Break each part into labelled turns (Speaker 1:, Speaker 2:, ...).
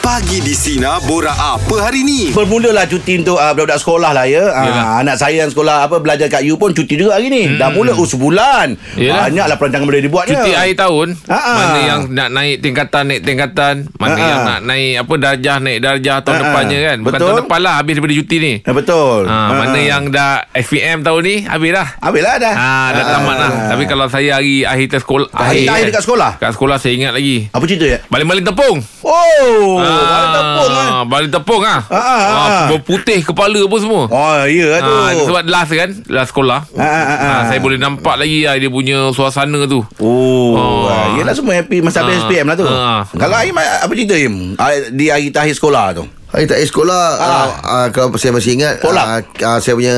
Speaker 1: Pagi di Sina Bora apa hari ni?
Speaker 2: Bermulalah cuti untuk uh, budak-budak sekolah lah ya. Uh, anak saya yang sekolah apa belajar kat U pun cuti juga hari ni. Hmm. Dah mula oh sebulan.
Speaker 3: Yelah.
Speaker 2: Banyaklah perancangan boleh dibuat ya.
Speaker 3: Cuti akhir tahun
Speaker 2: Ha-ha.
Speaker 3: Mana yang nak naik tingkatan Naik tingkatan Mana
Speaker 2: Ha-ha.
Speaker 3: yang nak naik Apa darjah Naik darjah tahun
Speaker 2: Ha-ha.
Speaker 3: depannya kan Bukan
Speaker 2: Betul.
Speaker 3: tahun depan lah Habis daripada cuti ni
Speaker 2: Ya, betul.
Speaker 3: ha, Mana yang dah FPM tahun ni Habis dah
Speaker 2: Habislah dah.
Speaker 3: Ha, dah
Speaker 2: Ah.
Speaker 3: tamat lah Tapi kalau saya hari Akhir test sekolah
Speaker 2: Hari akhir dekat sekolah?
Speaker 3: Dekat sekolah saya ingat lagi
Speaker 2: Apa cerita ya?
Speaker 3: Balik-balik tepung
Speaker 2: Oh, ada tepung eh.
Speaker 3: Balik tepung ah.
Speaker 2: Ah, ah, ah, ah.
Speaker 3: berputih kepala pun semua.
Speaker 2: Oh, ya lah tu.
Speaker 3: Ah, sebab last kan Last sekolah
Speaker 2: Ah, ah, ah, ah.
Speaker 3: Ah, Saya boleh nampak lagi ah, Dia punya suasana tu
Speaker 2: Oh,
Speaker 3: Oh.
Speaker 2: ah, yelah semua happy masa habis
Speaker 3: Ah.
Speaker 2: SPM lah tu.
Speaker 3: Ah.
Speaker 2: Kalau Aim apa cerita Aim? Ah, Di akhir akhir sekolah tu.
Speaker 4: Hari tak pergi sekolah ah. Ah, Kalau saya masih ingat
Speaker 2: Sekolah?
Speaker 4: ah, ah, Saya punya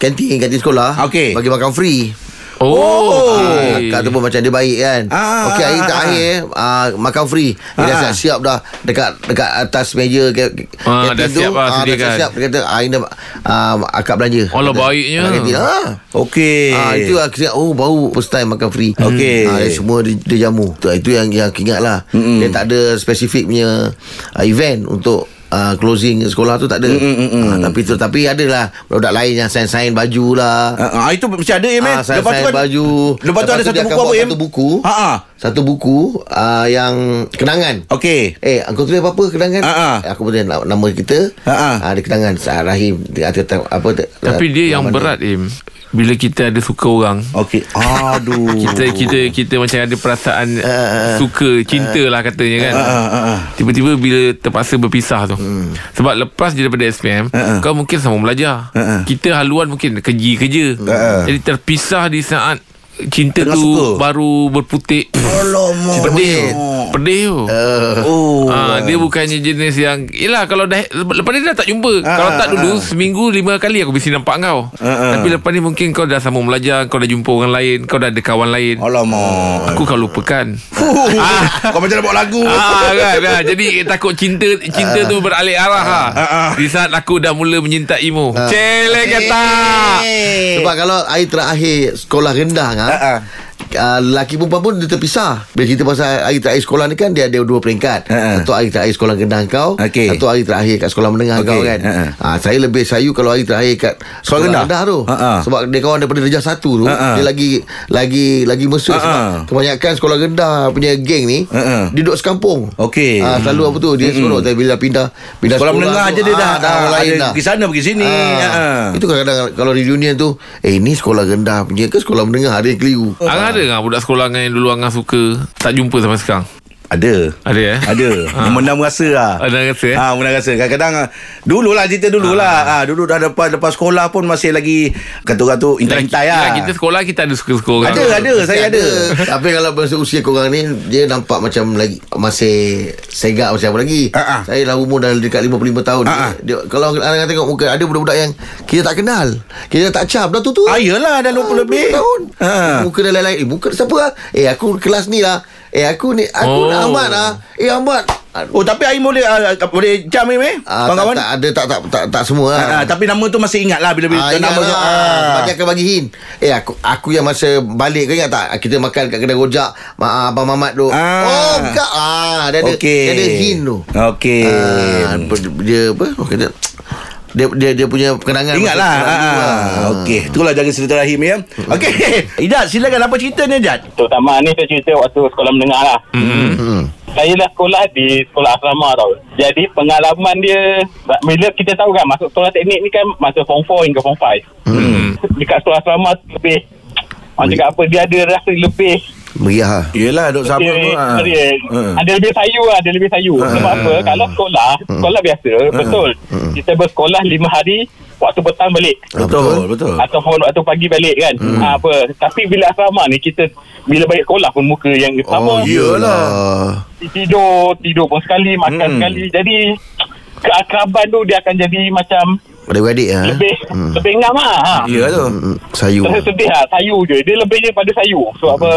Speaker 4: kantin Kantin sekolah
Speaker 2: Okey.
Speaker 4: Bagi makan free
Speaker 3: Oh,
Speaker 4: Ah,
Speaker 3: Hai.
Speaker 4: Kak tu pun macam dia baik kan
Speaker 2: Ah,
Speaker 4: Okey
Speaker 2: ah,
Speaker 4: hari tak
Speaker 2: ah,
Speaker 4: akhir ah, Makan free Dia dah
Speaker 2: Ah.
Speaker 4: siap-siap dah Dekat dekat atas meja ke, ke-
Speaker 3: Ah, dah siap lah,
Speaker 4: ah, Dah
Speaker 3: sediakan.
Speaker 4: siap Dia kata ah, ini dah, ah, Akak belanja
Speaker 3: Allah,
Speaker 4: Kata,
Speaker 3: baiknya.
Speaker 4: "Ah, kantin." ah.
Speaker 2: Okey.
Speaker 4: Ah, itu aku ingat Oh baru first time makan free
Speaker 2: Eh. Hmm. Okey. Hmm.
Speaker 4: ah, dia Semua dia, dia jamu tu, Itu yang, yang aku ingat lah
Speaker 2: Mm-mm.
Speaker 4: Dia tak ada Spesifik punya uh, Event untuk uh, Closing sekolah tu tak
Speaker 2: Hmm,
Speaker 4: ada ah, Tapi tu Tapi adalah Produk lain yang Sign-sign baju lah
Speaker 2: Ah, ah, itu mesti ada Aim eh.
Speaker 4: Ah, saya, saya baju
Speaker 2: Lepas, tu ada
Speaker 4: dia
Speaker 2: satu
Speaker 4: akan
Speaker 2: buku apa
Speaker 4: bawa
Speaker 2: Aim?
Speaker 4: Satu buku
Speaker 2: Ha ah.
Speaker 4: Satu buku ah, Yang Kenangan
Speaker 2: Okey.
Speaker 4: Eh, kau tulis apa-apa kenangan?
Speaker 2: Ah, ah.
Speaker 4: Aku boleh nama kita.
Speaker 2: Ah, ah.
Speaker 4: Ada kenangan Sa- Rahim dia kata tentang apa te-
Speaker 3: Tapi dia yang
Speaker 4: mana.
Speaker 3: berat Im Bila kita ada suka orang
Speaker 2: Okey. Aduh.
Speaker 3: kita kita kita macam ada perasaan
Speaker 2: Uh,
Speaker 4: Ah,
Speaker 3: suka cinta lah katanya kan
Speaker 2: ah, ah, ah.
Speaker 3: tiba-tiba bila terpaksa berpisah tu
Speaker 2: Hmm.
Speaker 3: sebab lepas je daripada SPM
Speaker 2: Ah, ah.
Speaker 3: kau mungkin sama belajar
Speaker 2: Ah, ah.
Speaker 3: kita haluan mungkin kerja kerja jadi terpisah di saat cinta
Speaker 2: Uh, Tengah
Speaker 3: tu
Speaker 2: suka.
Speaker 3: baru berputik
Speaker 2: Alamak.
Speaker 3: pedih pedih tu
Speaker 2: Uh. Oh.
Speaker 3: Ah, dia bukannya jenis yang Yelah kalau dah Lepas ni dah tak jumpa
Speaker 2: Ah,
Speaker 3: Kalau tak
Speaker 2: ah,
Speaker 3: dulu
Speaker 2: ah.
Speaker 3: Seminggu lima kali Aku mesti nampak kau
Speaker 2: ah.
Speaker 3: Tapi lepas ni mungkin Kau dah sambung belajar Kau dah jumpa orang lain Kau dah ada kawan lain
Speaker 2: Alamak. Ah.
Speaker 3: Aku kau lupakan
Speaker 2: Oh.
Speaker 4: Ah.
Speaker 2: Kau macam nak buat lagu.
Speaker 3: Ah, kan, kan. Jadi takut cinta cinta tu beralih arah ha.
Speaker 2: ah.
Speaker 3: Di saat aku dah mula menyintaimu. Cele kata.
Speaker 2: Eh.
Speaker 4: Sebab kalau air terakhir sekolah rendah kan.
Speaker 2: Ah, ah.
Speaker 4: Uh, lelaki perempuan pun dia terpisah Bila kita pasal hari terakhir sekolah ni kan Dia ada dua peringkat
Speaker 2: Ha, ha.
Speaker 4: Satu hari terakhir sekolah rendah kau
Speaker 2: Okey.
Speaker 4: Satu hari terakhir kat sekolah menengah
Speaker 2: Okey,
Speaker 4: kau kan
Speaker 2: ha,
Speaker 4: ha, Saya lebih sayu kalau hari terakhir kat Sekolah
Speaker 2: rendah?
Speaker 4: rendah, tu
Speaker 2: Ha, ha.
Speaker 4: Sebab dia kawan daripada darjah satu tu
Speaker 2: Ha, ha.
Speaker 4: Dia lagi Lagi lagi mesra
Speaker 2: Ha, ha.
Speaker 4: Sebab kebanyakan sekolah rendah punya geng ni
Speaker 2: Ha, ha.
Speaker 4: Dia duduk sekampung
Speaker 2: Okey. Hmm.
Speaker 4: ha, Selalu apa tu Dia seronok Tapi bila pindah pindah
Speaker 2: Sekolah menengah
Speaker 4: tu,
Speaker 2: je dia
Speaker 4: ah,
Speaker 2: dah-
Speaker 4: dah
Speaker 2: ah,
Speaker 4: orang lain
Speaker 2: ada
Speaker 4: dah.
Speaker 2: pergi sana, pergi sini.
Speaker 4: Ah.
Speaker 2: Ha, ha.
Speaker 4: Itu kadang-kadang kalau reunion tu Eh ni sekolah rendah punya ke sekolah menengah Ada yang keliru
Speaker 3: Angang ada enggak budak sekolah dengan yang dulu Angang suka tak jumpa sampai sekarang?
Speaker 2: Ada.
Speaker 3: Ada eh?
Speaker 2: Ada. Memendam rasa lah.
Speaker 3: Ada rasa eh?
Speaker 2: Ha,
Speaker 3: Ah.
Speaker 2: menang rasa. Kadang-kadang ah, dululah cerita dululah. Ha. dulu dah lepas lepas sekolah pun masih lagi kata orang tu intai-intai
Speaker 3: Yelah,
Speaker 2: lah.
Speaker 3: Kita sekolah kita ada suka-suka orang.
Speaker 2: Ada, ada. Saya ada.
Speaker 4: Tapi kalau masa usia korang ni Dia nampak macam lagi Masih segak macam apa lagi
Speaker 2: Ah, ah.
Speaker 4: Saya lah umur dah dekat 55 tahun
Speaker 2: Ah, ah.
Speaker 4: dia, dia, Kalau orang tengok muka Ada budak-budak yang Kita tak kenal Kita tak cap Dah tutup
Speaker 2: Ah, yelah, dah 20 lebih.
Speaker 4: tahun
Speaker 2: Ah.
Speaker 4: Muka dah lain-lain Eh muka siapa lah Eh aku kelas ni lah Eh aku ni Aku
Speaker 3: Oh.
Speaker 4: nak Ahmad lah Eh Ahmad
Speaker 2: Oh, tapi Aim boleh ah, boleh jam Aim eh?
Speaker 4: Ah, tak,
Speaker 2: Kawan-kawan?
Speaker 4: tak, ada tak tak tak, tak semua lah.
Speaker 2: Ah, ah, tapi nama tu masih ingat lah bila-bila
Speaker 4: Ah, ingat
Speaker 2: nama
Speaker 4: lah. Sebab dia akan bagi hint Eh aku aku yang masa balik kau ingat tak Kita makan kat kedai rojak Ma, Abang Mamat tu
Speaker 2: Ah.
Speaker 4: Oh bukan ah, dia, ada,
Speaker 2: Okey.
Speaker 4: dia ada hint tu
Speaker 2: Okey.
Speaker 4: ah, ber- Dia apa oh, kata, dia, dia dia punya kenangan
Speaker 2: Ingatlah. Ha.
Speaker 4: masa sekolah dulu lah.
Speaker 2: Ah, Okey, itulah jaga silaturahim ya.
Speaker 4: Hmm.
Speaker 2: Okey. Idat, silakan apa cerita ni, Idat?
Speaker 5: Terutama ni saya cerita waktu sekolah menengah lah.
Speaker 3: Hmm.
Speaker 4: hmm.
Speaker 5: Saya dah sekolah di sekolah asrama tau. Jadi pengalaman dia, bila kita tahu kan masuk sekolah teknik ni kan masa form 4 hingga form 5.
Speaker 3: Hmm.
Speaker 5: Dekat sekolah asrama tu lebih, orang cakap apa, dia ada rasa lebih.
Speaker 4: Meriah lah
Speaker 2: Yelah, duk sama tu.
Speaker 5: lebih
Speaker 3: lah.
Speaker 2: ah.
Speaker 5: serius.
Speaker 3: Hmm.
Speaker 2: Ah.
Speaker 5: Ada lebih sayu lah, ada lebih sayu. Sebab apa, kalau sekolah, sekolah biasa,
Speaker 3: Hmm.
Speaker 5: betul. Kita bersekolah 5 hari, waktu petang balik.
Speaker 2: Betul,
Speaker 3: Hmm.
Speaker 2: betul.
Speaker 5: Ataupun waktu pagi balik kan hmm. ha, apa. Tapi bila asrama ni Kita Bila balik sekolah pun Muka yang
Speaker 4: Oh,
Speaker 3: Oh,
Speaker 5: sama
Speaker 2: Yelah.
Speaker 5: Tidur Tidur pun sekali Makan
Speaker 2: Hmm.
Speaker 5: sekali Jadi Keakraban tu Dia akan jadi macam
Speaker 4: Adik-adik lah
Speaker 5: Lebih Lebih ngam lah ha.
Speaker 2: Ya tu.
Speaker 4: Hmm, Sayu
Speaker 5: Rasa sedih lah Sayu je Dia lebihnya pada sayu Sebab apa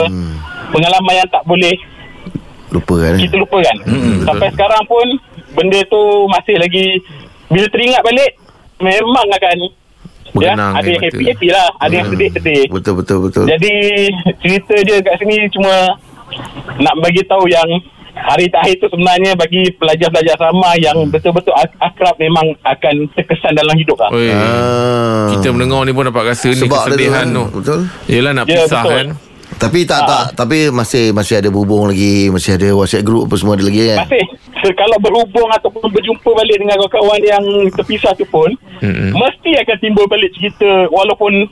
Speaker 5: Pengalaman yang tak boleh
Speaker 4: Lupa kan eh?
Speaker 5: Kita lupakan Sampai sekarang pun Benda tu Masih lagi Bila teringat balik Memang akan Ya,
Speaker 3: Mengenang
Speaker 5: ada
Speaker 3: air
Speaker 5: yang
Speaker 3: mata.
Speaker 5: happy-happy lah Ada yang sedih-sedih
Speaker 4: Betul betul betul
Speaker 5: Jadi cerita dia kat sini cuma nak bagi tahu yang
Speaker 6: hari terakhir tu sebenarnya bagi pelajar-pelajar sama yang betul-betul ak- akrab memang akan terkesan dalam hidup lah.
Speaker 3: Oi.
Speaker 4: Ah.
Speaker 3: Kita mendengar ni pun dapat rasa ni
Speaker 4: Sebab dia tu,
Speaker 3: kesedihan
Speaker 4: kan?
Speaker 3: tu.
Speaker 4: Betul.
Speaker 3: Yelah nak
Speaker 6: Ya,
Speaker 3: pisah
Speaker 6: betul.
Speaker 3: kan.
Speaker 4: Tapi
Speaker 6: Ah.
Speaker 4: tak tak tapi masih masih ada berhubung lagi, masih ada WhatsApp group apa semua ada lagi kan.
Speaker 6: Masih so, kalau berhubung ataupun berjumpa balik dengan kawan-kawan yang terpisah tu pun
Speaker 3: Mm-mm.
Speaker 6: mesti akan timbul balik cerita walaupun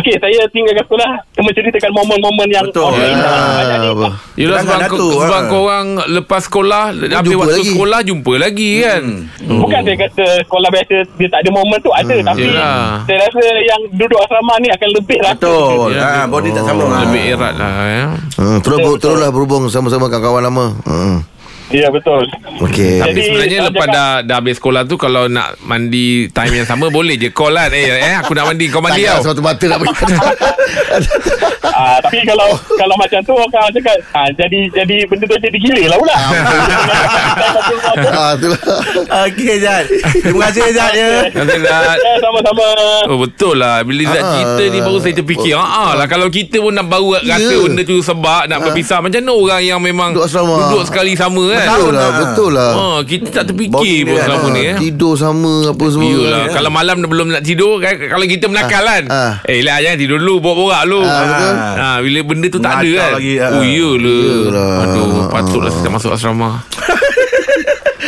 Speaker 6: okey saya tinggalkan sekolah cuma ceritakan momen-momen yang
Speaker 2: Betul.
Speaker 6: orang indah.
Speaker 4: Ah,
Speaker 6: Jadi,
Speaker 4: apa.
Speaker 3: Yelah sebab,
Speaker 2: Kenangan
Speaker 3: ko,
Speaker 2: tu,
Speaker 3: sebab
Speaker 2: ha.
Speaker 3: korang lepas sekolah Habis
Speaker 4: ah. jumpa
Speaker 3: waktu
Speaker 4: lagi. Hmm.
Speaker 3: sekolah jumpa lagi kan
Speaker 6: Oh. Bukan saya kata sekolah biasa dia tak ada momen tu ada tapi
Speaker 3: Yelah.
Speaker 6: saya rasa yang duduk asrama ni akan lebih lah.
Speaker 2: Betul.
Speaker 3: Ya,
Speaker 2: Ha, body tak sama.
Speaker 3: oh,
Speaker 2: Ah.
Speaker 3: Lebih erat lah ya.
Speaker 4: Hmm, terus
Speaker 6: Betul,
Speaker 4: teruslah berhubung sama-sama kawan-kawan lama. Hmm.
Speaker 6: Ya betul.
Speaker 4: Okey.
Speaker 3: Tapi
Speaker 6: Jadi,
Speaker 3: sebenarnya
Speaker 6: saya
Speaker 3: lepas
Speaker 6: cakap-
Speaker 3: dah, dah habis sekolah tu Kalau nak mandi time yang sama Boleh je call lah Eh, eh aku nak mandi kau mandi
Speaker 4: Tak ada
Speaker 3: tau
Speaker 4: Satu mata nak bagi
Speaker 6: Ah, tapi kalau kalau macam tu orang akan cakap ah, jadi jadi benda tu jadi gila lah pula.
Speaker 4: Ah, itulah.
Speaker 2: Okey, Zat. Terima kasih, Zat. Ya.
Speaker 3: Kata Zat
Speaker 6: Ya, sama-sama.
Speaker 3: Oh betul lah Bila Zat
Speaker 4: Ah. Oh.
Speaker 3: cerita ni Baru saya terfikir ah, ah, lah Kalau kita pun nak baru Rasa
Speaker 4: Ya.
Speaker 3: benda tu sebab Nak berpisah Macam mana orang yang memang
Speaker 4: Duduk asrama.
Speaker 3: Duduk sekali sama kan
Speaker 4: Betul lah, betul lah.
Speaker 3: Ah, Kita tak
Speaker 2: Bonding
Speaker 3: terfikir pun
Speaker 2: dia,
Speaker 3: selama
Speaker 4: Ah,
Speaker 3: ni eh.
Speaker 4: Tidur sama apa semua. kan?
Speaker 3: Iyalah Kalau malam dah belum nak tidur kan, Kalau kita menakal kan
Speaker 4: Oh, ya, ah.
Speaker 3: Eh lah jangan tidur dulu Borak-borak lu ha,
Speaker 2: betul.
Speaker 3: Bila benda tu tak ada
Speaker 2: Menakal
Speaker 3: kan
Speaker 2: lagi, ah.
Speaker 3: Oh iyalah
Speaker 4: Iyalah.
Speaker 3: Aduh Patutlah saya tak masuk asrama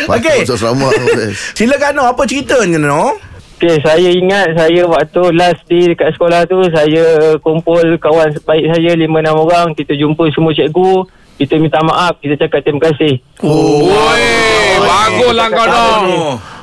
Speaker 4: Patut
Speaker 2: Okey.
Speaker 4: Masuk selama.
Speaker 2: Silakan, Noh. Apa ceritanya, Noh?
Speaker 5: Okay, saya ingat saya waktu last day dekat sekolah tu saya kumpul kawan baik saya 5 6 orang, kita jumpa semua cikgu, kita minta maaf, kita cakap terima kasih.
Speaker 3: Oh, Baguslah lah kau dong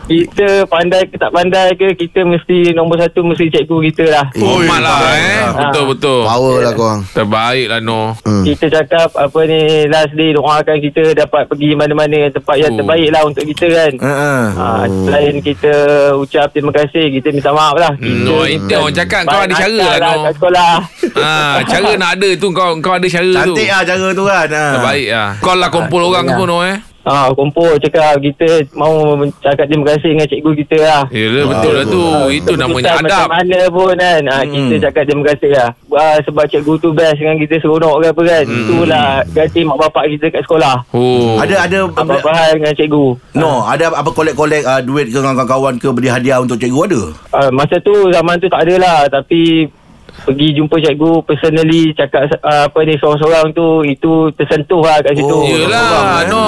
Speaker 5: Kita pandai ke tak pandai ke kita mesti nombor satu mesti cikgu kita lah.
Speaker 3: Hormat lah eh
Speaker 2: Ah.
Speaker 3: Betul-betul
Speaker 4: Power lah korang.
Speaker 3: Terbaik lah Noh
Speaker 4: Hmm.
Speaker 5: Kita cakap apa ni last day doakan kita dapat pergi mana-mana tempat
Speaker 3: Oh.
Speaker 5: yang
Speaker 3: Ah.
Speaker 5: terbaik lah untuk kita kan.
Speaker 2: Ha.
Speaker 5: Ha, selain kita ucap terima kasih, kita minta maaf lah.
Speaker 3: Hmm,
Speaker 5: Kita
Speaker 3: orang itu orang cakap kau ada cara lah
Speaker 5: Akal
Speaker 3: kau.
Speaker 5: kat sekolah.
Speaker 3: ha, cara nak ada tu kau kau ada cara tu.
Speaker 2: Cantik lah cara tu kan. Ha.
Speaker 3: Terbaik ah. Kau lah kumpul orang tu pun oh, eh.
Speaker 5: Ah, kumpul cakap kita mau cakap terima kasih dengan cikgu kita lah.
Speaker 3: Yalah betul lah tu. Itu namanya
Speaker 5: Keputusan
Speaker 3: adab. Hmm.
Speaker 5: Macam mana pun kan ah, Kita cakap terima kasih lah ah, Sebab cikgu tu best Dengan kita seronok ke apa kan hmm. Itulah Ganti mak bapak kita kat sekolah
Speaker 3: Oh.
Speaker 2: Ada ada
Speaker 5: Apa-apa hal dengan cikgu
Speaker 2: No, ada apa collect-collect uh, duit ke dengan kawan-kawan ke beri hadiah untuk cikgu ada?
Speaker 5: ah, Masa tu zaman tu tak ada lah Tapi Pergi jumpa cikgu Personally Cakap ah, apa ni Seorang-seorang tu Itu tersentuh lah kat situ
Speaker 2: Oh,
Speaker 3: Yelah
Speaker 2: orang, eh.
Speaker 3: no.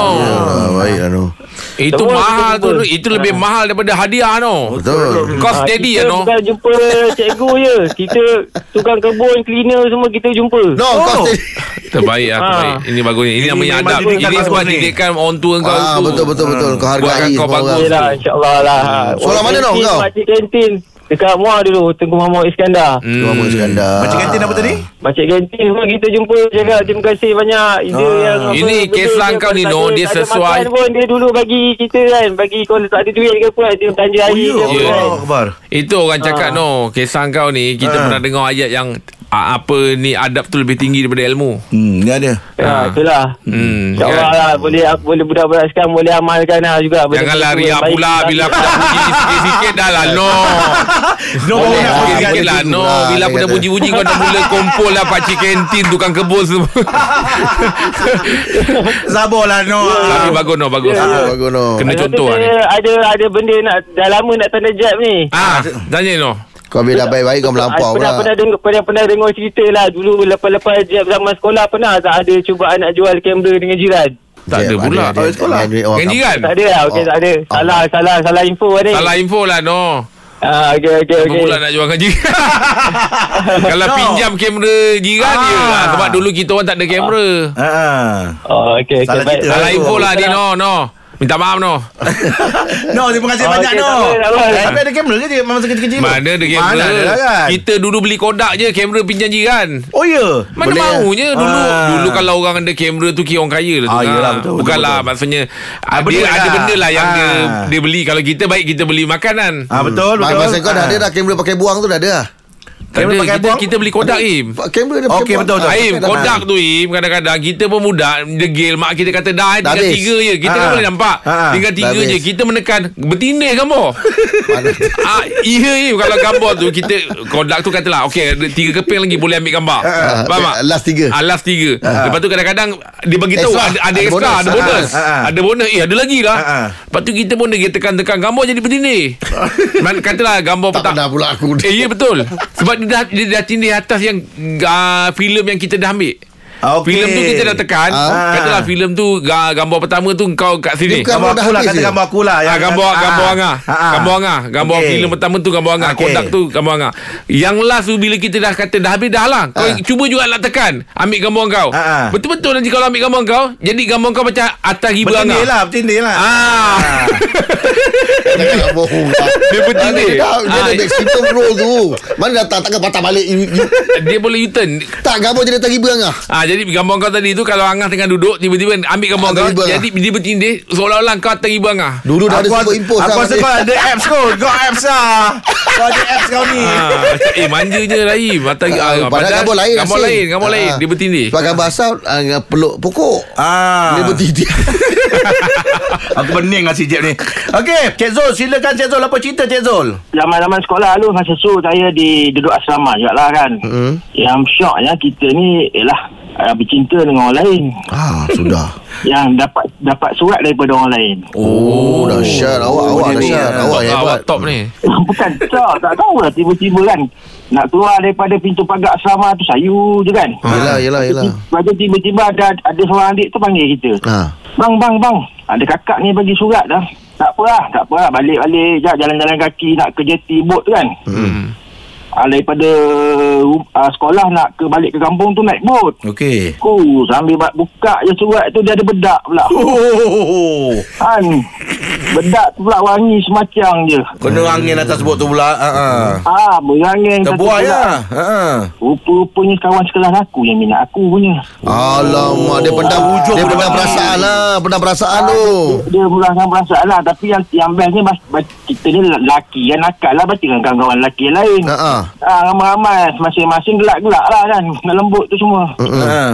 Speaker 4: Ah, baik lah Noh.
Speaker 3: Itu
Speaker 5: Semua
Speaker 3: mahal tu
Speaker 5: kumpul.
Speaker 3: itu lebih mahal daripada hadiah no.
Speaker 4: Betul.
Speaker 3: Kau
Speaker 5: Ah,
Speaker 3: steady
Speaker 5: kita
Speaker 3: ya no.
Speaker 5: bukan jumpa cikgu je Kita Tukang kebun Cleaner semua kita jumpa
Speaker 4: No,
Speaker 2: Oh.
Speaker 4: kau
Speaker 3: Terbaik ah,
Speaker 5: Ah.
Speaker 3: terbaik. Ini bagus ni. Ini
Speaker 2: Ini
Speaker 3: namanya adab.
Speaker 2: mendidikan
Speaker 3: Ini
Speaker 2: bagus
Speaker 3: sebab
Speaker 2: ni.
Speaker 3: didikkan orang tua kau
Speaker 4: Ah,
Speaker 3: tu.
Speaker 4: betul betul betul. Kau hargai
Speaker 3: Buatkan kau
Speaker 4: semua
Speaker 3: bagus.
Speaker 4: orang.
Speaker 5: Yelah insyaAllah lah
Speaker 4: Sekolah mana tau
Speaker 5: Kantin,
Speaker 4: kau?
Speaker 5: Makcik kantin Dekat Muar dulu Tengku Muhammad Iskandar hmm.
Speaker 4: Tuan Muhammad Iskandar.
Speaker 3: Ah.
Speaker 2: Macam kantin apa tadi?
Speaker 5: Makcik kantin pun kita jumpa Cakap terima kasih banyak Dia
Speaker 2: Ah.
Speaker 5: yang apa,
Speaker 3: Ini
Speaker 5: benda
Speaker 3: kisah
Speaker 5: dia
Speaker 3: kau ni, Noh,
Speaker 5: kalau tak ada-
Speaker 3: dia
Speaker 5: tak ada
Speaker 3: sesuai.
Speaker 5: makan pun dia dulu bagi kita kan Bagi kalau tak ada duit ke apa Dia kan." belanja hari
Speaker 2: Ya,
Speaker 5: je
Speaker 3: Ya.
Speaker 5: yeah.
Speaker 2: Allah Akbar.
Speaker 3: Itu orang cakap no. Kisah kau ni kita
Speaker 2: Ah.
Speaker 3: pernah dengar ayat yang ah, apa ni adab tu lebih tinggi daripada ilmu.
Speaker 2: Hmm, ni ada.
Speaker 5: Ya,
Speaker 3: Ah.
Speaker 5: itulah
Speaker 3: Hmm.
Speaker 5: InsyaAllah
Speaker 3: kan?
Speaker 5: lah Boleh boleh budak-budak sekarang Boleh amalkan lah juga benda
Speaker 3: Janganlah
Speaker 5: tu.
Speaker 3: ria
Speaker 5: Baik
Speaker 3: pula
Speaker 5: lah.
Speaker 3: bila aku dah puji sikit-sikit dah lah no.
Speaker 2: No, boleh
Speaker 3: Oh,
Speaker 4: boleh.
Speaker 2: boleh.
Speaker 3: sikit-sikit lah no.
Speaker 4: Lah,
Speaker 3: Bila
Speaker 4: dia
Speaker 3: aku dah
Speaker 4: kata.
Speaker 3: puji-puji kau dah mula kumpul lah pakcik kantin tukang kebun semua.
Speaker 2: Sabarlah lah, no.
Speaker 3: Tapi bagus no bagus.
Speaker 4: Ah, bagus no.
Speaker 3: Kena
Speaker 5: Lepas tu
Speaker 3: contoh lah ni.
Speaker 5: saya Ada ada benda nak Dah lama nak tanda jab ni
Speaker 3: Ah,
Speaker 5: Ah,
Speaker 3: tanya no.
Speaker 4: Kau bila baik-baik kau melampau lah.
Speaker 5: pernah,
Speaker 4: pula.
Speaker 5: pernah, dengar, pernah, pernah dengar cerita lah Dulu lepas-lepas jam zaman sekolah Pernah tak ada cubaan nak jual kamera dengan jiran
Speaker 3: Tak ada pula.
Speaker 2: Orang sekolah.
Speaker 3: Kan jiran.
Speaker 5: Tak ada lah okay,
Speaker 4: Oh.
Speaker 5: tak ada Salah salah salah info lah
Speaker 2: Eh.
Speaker 5: ni
Speaker 3: Salah info lah no.
Speaker 5: ah, Okay okay
Speaker 3: Apa
Speaker 5: okay
Speaker 3: pula nak jual dengan jiran? Kalau
Speaker 2: No.
Speaker 3: pinjam kamera jiran
Speaker 2: Ah.
Speaker 3: je lah. Sebab dulu kita orang tak ada kamera.
Speaker 2: Ha.
Speaker 5: Oh, okay, okay,
Speaker 2: Salah
Speaker 5: baik.
Speaker 2: cerita.
Speaker 3: Salah
Speaker 2: Aduh.
Speaker 3: info lah ni no no. Minta maaf no.
Speaker 2: No, terima kasih
Speaker 3: Ah,
Speaker 5: Oh,
Speaker 2: banyak
Speaker 5: okey,
Speaker 2: no.
Speaker 5: tak apa, tak apa.
Speaker 2: Eh, Tapi ada kamera ke dia masa kecil-kecil tu?
Speaker 3: Mana ada kamera?
Speaker 2: Mana ada lah kan?
Speaker 3: Kita dulu beli kodak je kamera pinjam jiran.
Speaker 2: Oh ya.
Speaker 3: Mana
Speaker 4: Boleh,
Speaker 3: maunya dulu
Speaker 2: Ah.
Speaker 3: Dulu kalau orang ada kamera tu Kira orang kaya lah tu
Speaker 2: Ah,
Speaker 3: kan.
Speaker 2: yelah, betul, betul,
Speaker 3: Bukanlah
Speaker 2: betul.
Speaker 3: maksudnya
Speaker 2: Ah,
Speaker 3: ah,
Speaker 2: benda
Speaker 3: Dia
Speaker 2: lah.
Speaker 3: ada benda lah Yang
Speaker 2: Ah.
Speaker 3: dia, dia beli Kalau kita baik kita beli makanan
Speaker 2: Ah betul betul.
Speaker 4: Masa kau dah ada dah kamera pakai buang tu dah ada.
Speaker 3: Tak
Speaker 2: Kamera
Speaker 3: ada,
Speaker 2: pakai
Speaker 3: kita,
Speaker 2: buang?
Speaker 3: kita beli kodak Im
Speaker 4: Kamera dia
Speaker 2: Okey,
Speaker 4: buang.
Speaker 2: betul, betul.
Speaker 4: Ah,
Speaker 3: Aim,
Speaker 4: pakai
Speaker 3: kodak
Speaker 4: dalam.
Speaker 3: tu Im Kadang-kadang kita pun muda Degil Mak kita kata dah Tinggal
Speaker 4: Dah habis.
Speaker 3: tiga je Kita
Speaker 2: Ha.
Speaker 3: kan boleh nampak
Speaker 2: Ha.
Speaker 3: Tinggal
Speaker 4: Dah
Speaker 3: tiga je
Speaker 4: habis.
Speaker 3: Kita menekan Bertindih gambar ah, Iya Im Kalau gambar tu Kita Kodak tu katalah Okey ada tiga keping lagi Boleh ambil gambar
Speaker 4: Ah,
Speaker 3: Faham tak
Speaker 4: okay, last tiga. Ha,
Speaker 3: ah, Last tiga Lepas tu kadang-kadang Dia bagi tahu
Speaker 4: Extra.
Speaker 3: ada, ada
Speaker 4: Ada
Speaker 3: extra
Speaker 4: bonus. Ha,
Speaker 3: Ada bonus
Speaker 2: Ah, ah, ah.
Speaker 3: Ada bonus Eh ada lagi lah
Speaker 2: Ah, ah.
Speaker 3: Lepas tu kita pun Dia tekan-tekan gambar Jadi bertindih Man- Katalah gambar
Speaker 4: Tak
Speaker 3: petang
Speaker 4: pernah pula aku
Speaker 3: Eh, ya betul. Sebab dia dah, dia dah tindih atas yang uh, filem yang kita dah ambil.
Speaker 2: Ah, okey.
Speaker 3: Filem tu kita dah tekan.
Speaker 4: Ah.
Speaker 3: Katalah filem tu ga- gambar pertama tu kau kat sini.
Speaker 4: Dia bukan
Speaker 2: Gambar aku
Speaker 4: Dah
Speaker 2: lah
Speaker 4: habis
Speaker 2: Kata
Speaker 4: je.
Speaker 2: gambar aku lah
Speaker 3: Ah,
Speaker 2: yang-
Speaker 3: gambar
Speaker 2: ah,
Speaker 3: gambar
Speaker 2: ah.
Speaker 3: angah.
Speaker 2: Ah, ah.
Speaker 3: Gambar angah. Gambar
Speaker 2: Okey.
Speaker 3: filem pertama tu gambar angah.
Speaker 2: Okey.
Speaker 3: Kodak tu gambar angah. Yang last tu bila kita dah kata dah habis dah lah. Kau cuba juga nak tekan. Ambil gambar kau.
Speaker 2: Ah, ah.
Speaker 3: Betul-betul nanti kalau ambil gambar kau, jadi gambar kau macam atas riba angah.
Speaker 2: Bertindih lah Bertindih lah
Speaker 3: Ah.
Speaker 4: Jangan nak bohong lah.
Speaker 3: Dia bertindih.
Speaker 4: Dia dah Dia
Speaker 3: Ah.
Speaker 4: dah backstream roll tu Mana dah tak Takkan patah balik you, you,
Speaker 3: Dia boleh U-turn
Speaker 4: Tak gambar jadi tadi berangah
Speaker 3: Ah jadi gambar kau tadi tu kalau Angah tengah duduk tiba-tiba ambil gambar
Speaker 4: Ah,
Speaker 3: kau
Speaker 4: tiba-tiba.
Speaker 3: jadi dia bertindih seolah-olah kau ah. atas riba Angah.
Speaker 4: Dulu dah ada
Speaker 2: Aku-
Speaker 4: sebut impos lah
Speaker 2: Aku rasa kau ada apps kot Kau apps lah Kau ada apps kau ni
Speaker 3: Ah, macam, eh manjanya Rahim Mata,
Speaker 4: Ah, padahal gambar lain
Speaker 3: Gambar
Speaker 4: Hasim.
Speaker 3: lain Gambar
Speaker 4: Ah,
Speaker 3: lain Dia bertindih
Speaker 4: Sebab gambar asal ah, dengan Peluk pokok
Speaker 2: Ah.
Speaker 4: Dia bertindih
Speaker 2: Aku pening dengan si Jeb ni Okey Cik Zul silakan Cik Zul Apa cerita Cik Zul
Speaker 5: Zaman-zaman sekolah dulu masa tu saya di duduk asrama juga lah kan. Mm. Yang syoknya kita ni ialah uh, bercinta dengan orang lain
Speaker 4: Ah Sudah
Speaker 5: yang dapat dapat surat daripada orang lain.
Speaker 4: Oh, dahsyat Awak awak dahsyat Awak
Speaker 3: Ah,
Speaker 4: hebat
Speaker 3: top ni
Speaker 5: Bukan tak, tak tahu lah tiba-tiba kan nak keluar daripada pintu pagar asrama tu sayu je
Speaker 3: Hmm.
Speaker 5: kan.
Speaker 2: Ah.
Speaker 4: Yelah yelah yelah
Speaker 5: Lepas tu tiba-tiba ada ada seorang adik tu panggil kita.
Speaker 4: Ha
Speaker 5: Bang, bang, bang. Ada kakak ni bagi surat dah. Tak apa lah, tak apa lah. Balik-balik je jalan-jalan kaki nak ke jeti bot tu kan. Hmm. Ah, daripada ah, sekolah nak ke balik ke kampung tu naik bot.
Speaker 2: Okey
Speaker 5: Ku sambil ba- buka je surat tu dia ada bedak pula.
Speaker 2: Oh,
Speaker 5: Han. Bedak tu pula wangi semacam je.
Speaker 2: kena angin atas bot tu pula. Ha ah.
Speaker 5: Ah, berangin
Speaker 2: Kebuah ya.
Speaker 4: lah.
Speaker 5: budak.
Speaker 2: Ha ah.
Speaker 5: Rupa-rupanya kawan sekelas aku yang minat aku punya.
Speaker 4: Alamak Dia pendam
Speaker 2: Hujung
Speaker 4: Dia pendam
Speaker 2: benar.
Speaker 4: perasaan lah Pendam perasaan tu
Speaker 5: Dia murahkan perasaan lah Tapi yang, yang bestnya bas, bas, Kita ni lelaki kan Nakal lah Baca dengan kawan-kawan lelaki yang lain
Speaker 4: Ha ah.
Speaker 5: Ah, ramai-ramai masing-masing gelak-gelak lah kan nak lembut tu semua
Speaker 4: Eh?
Speaker 2: Ha.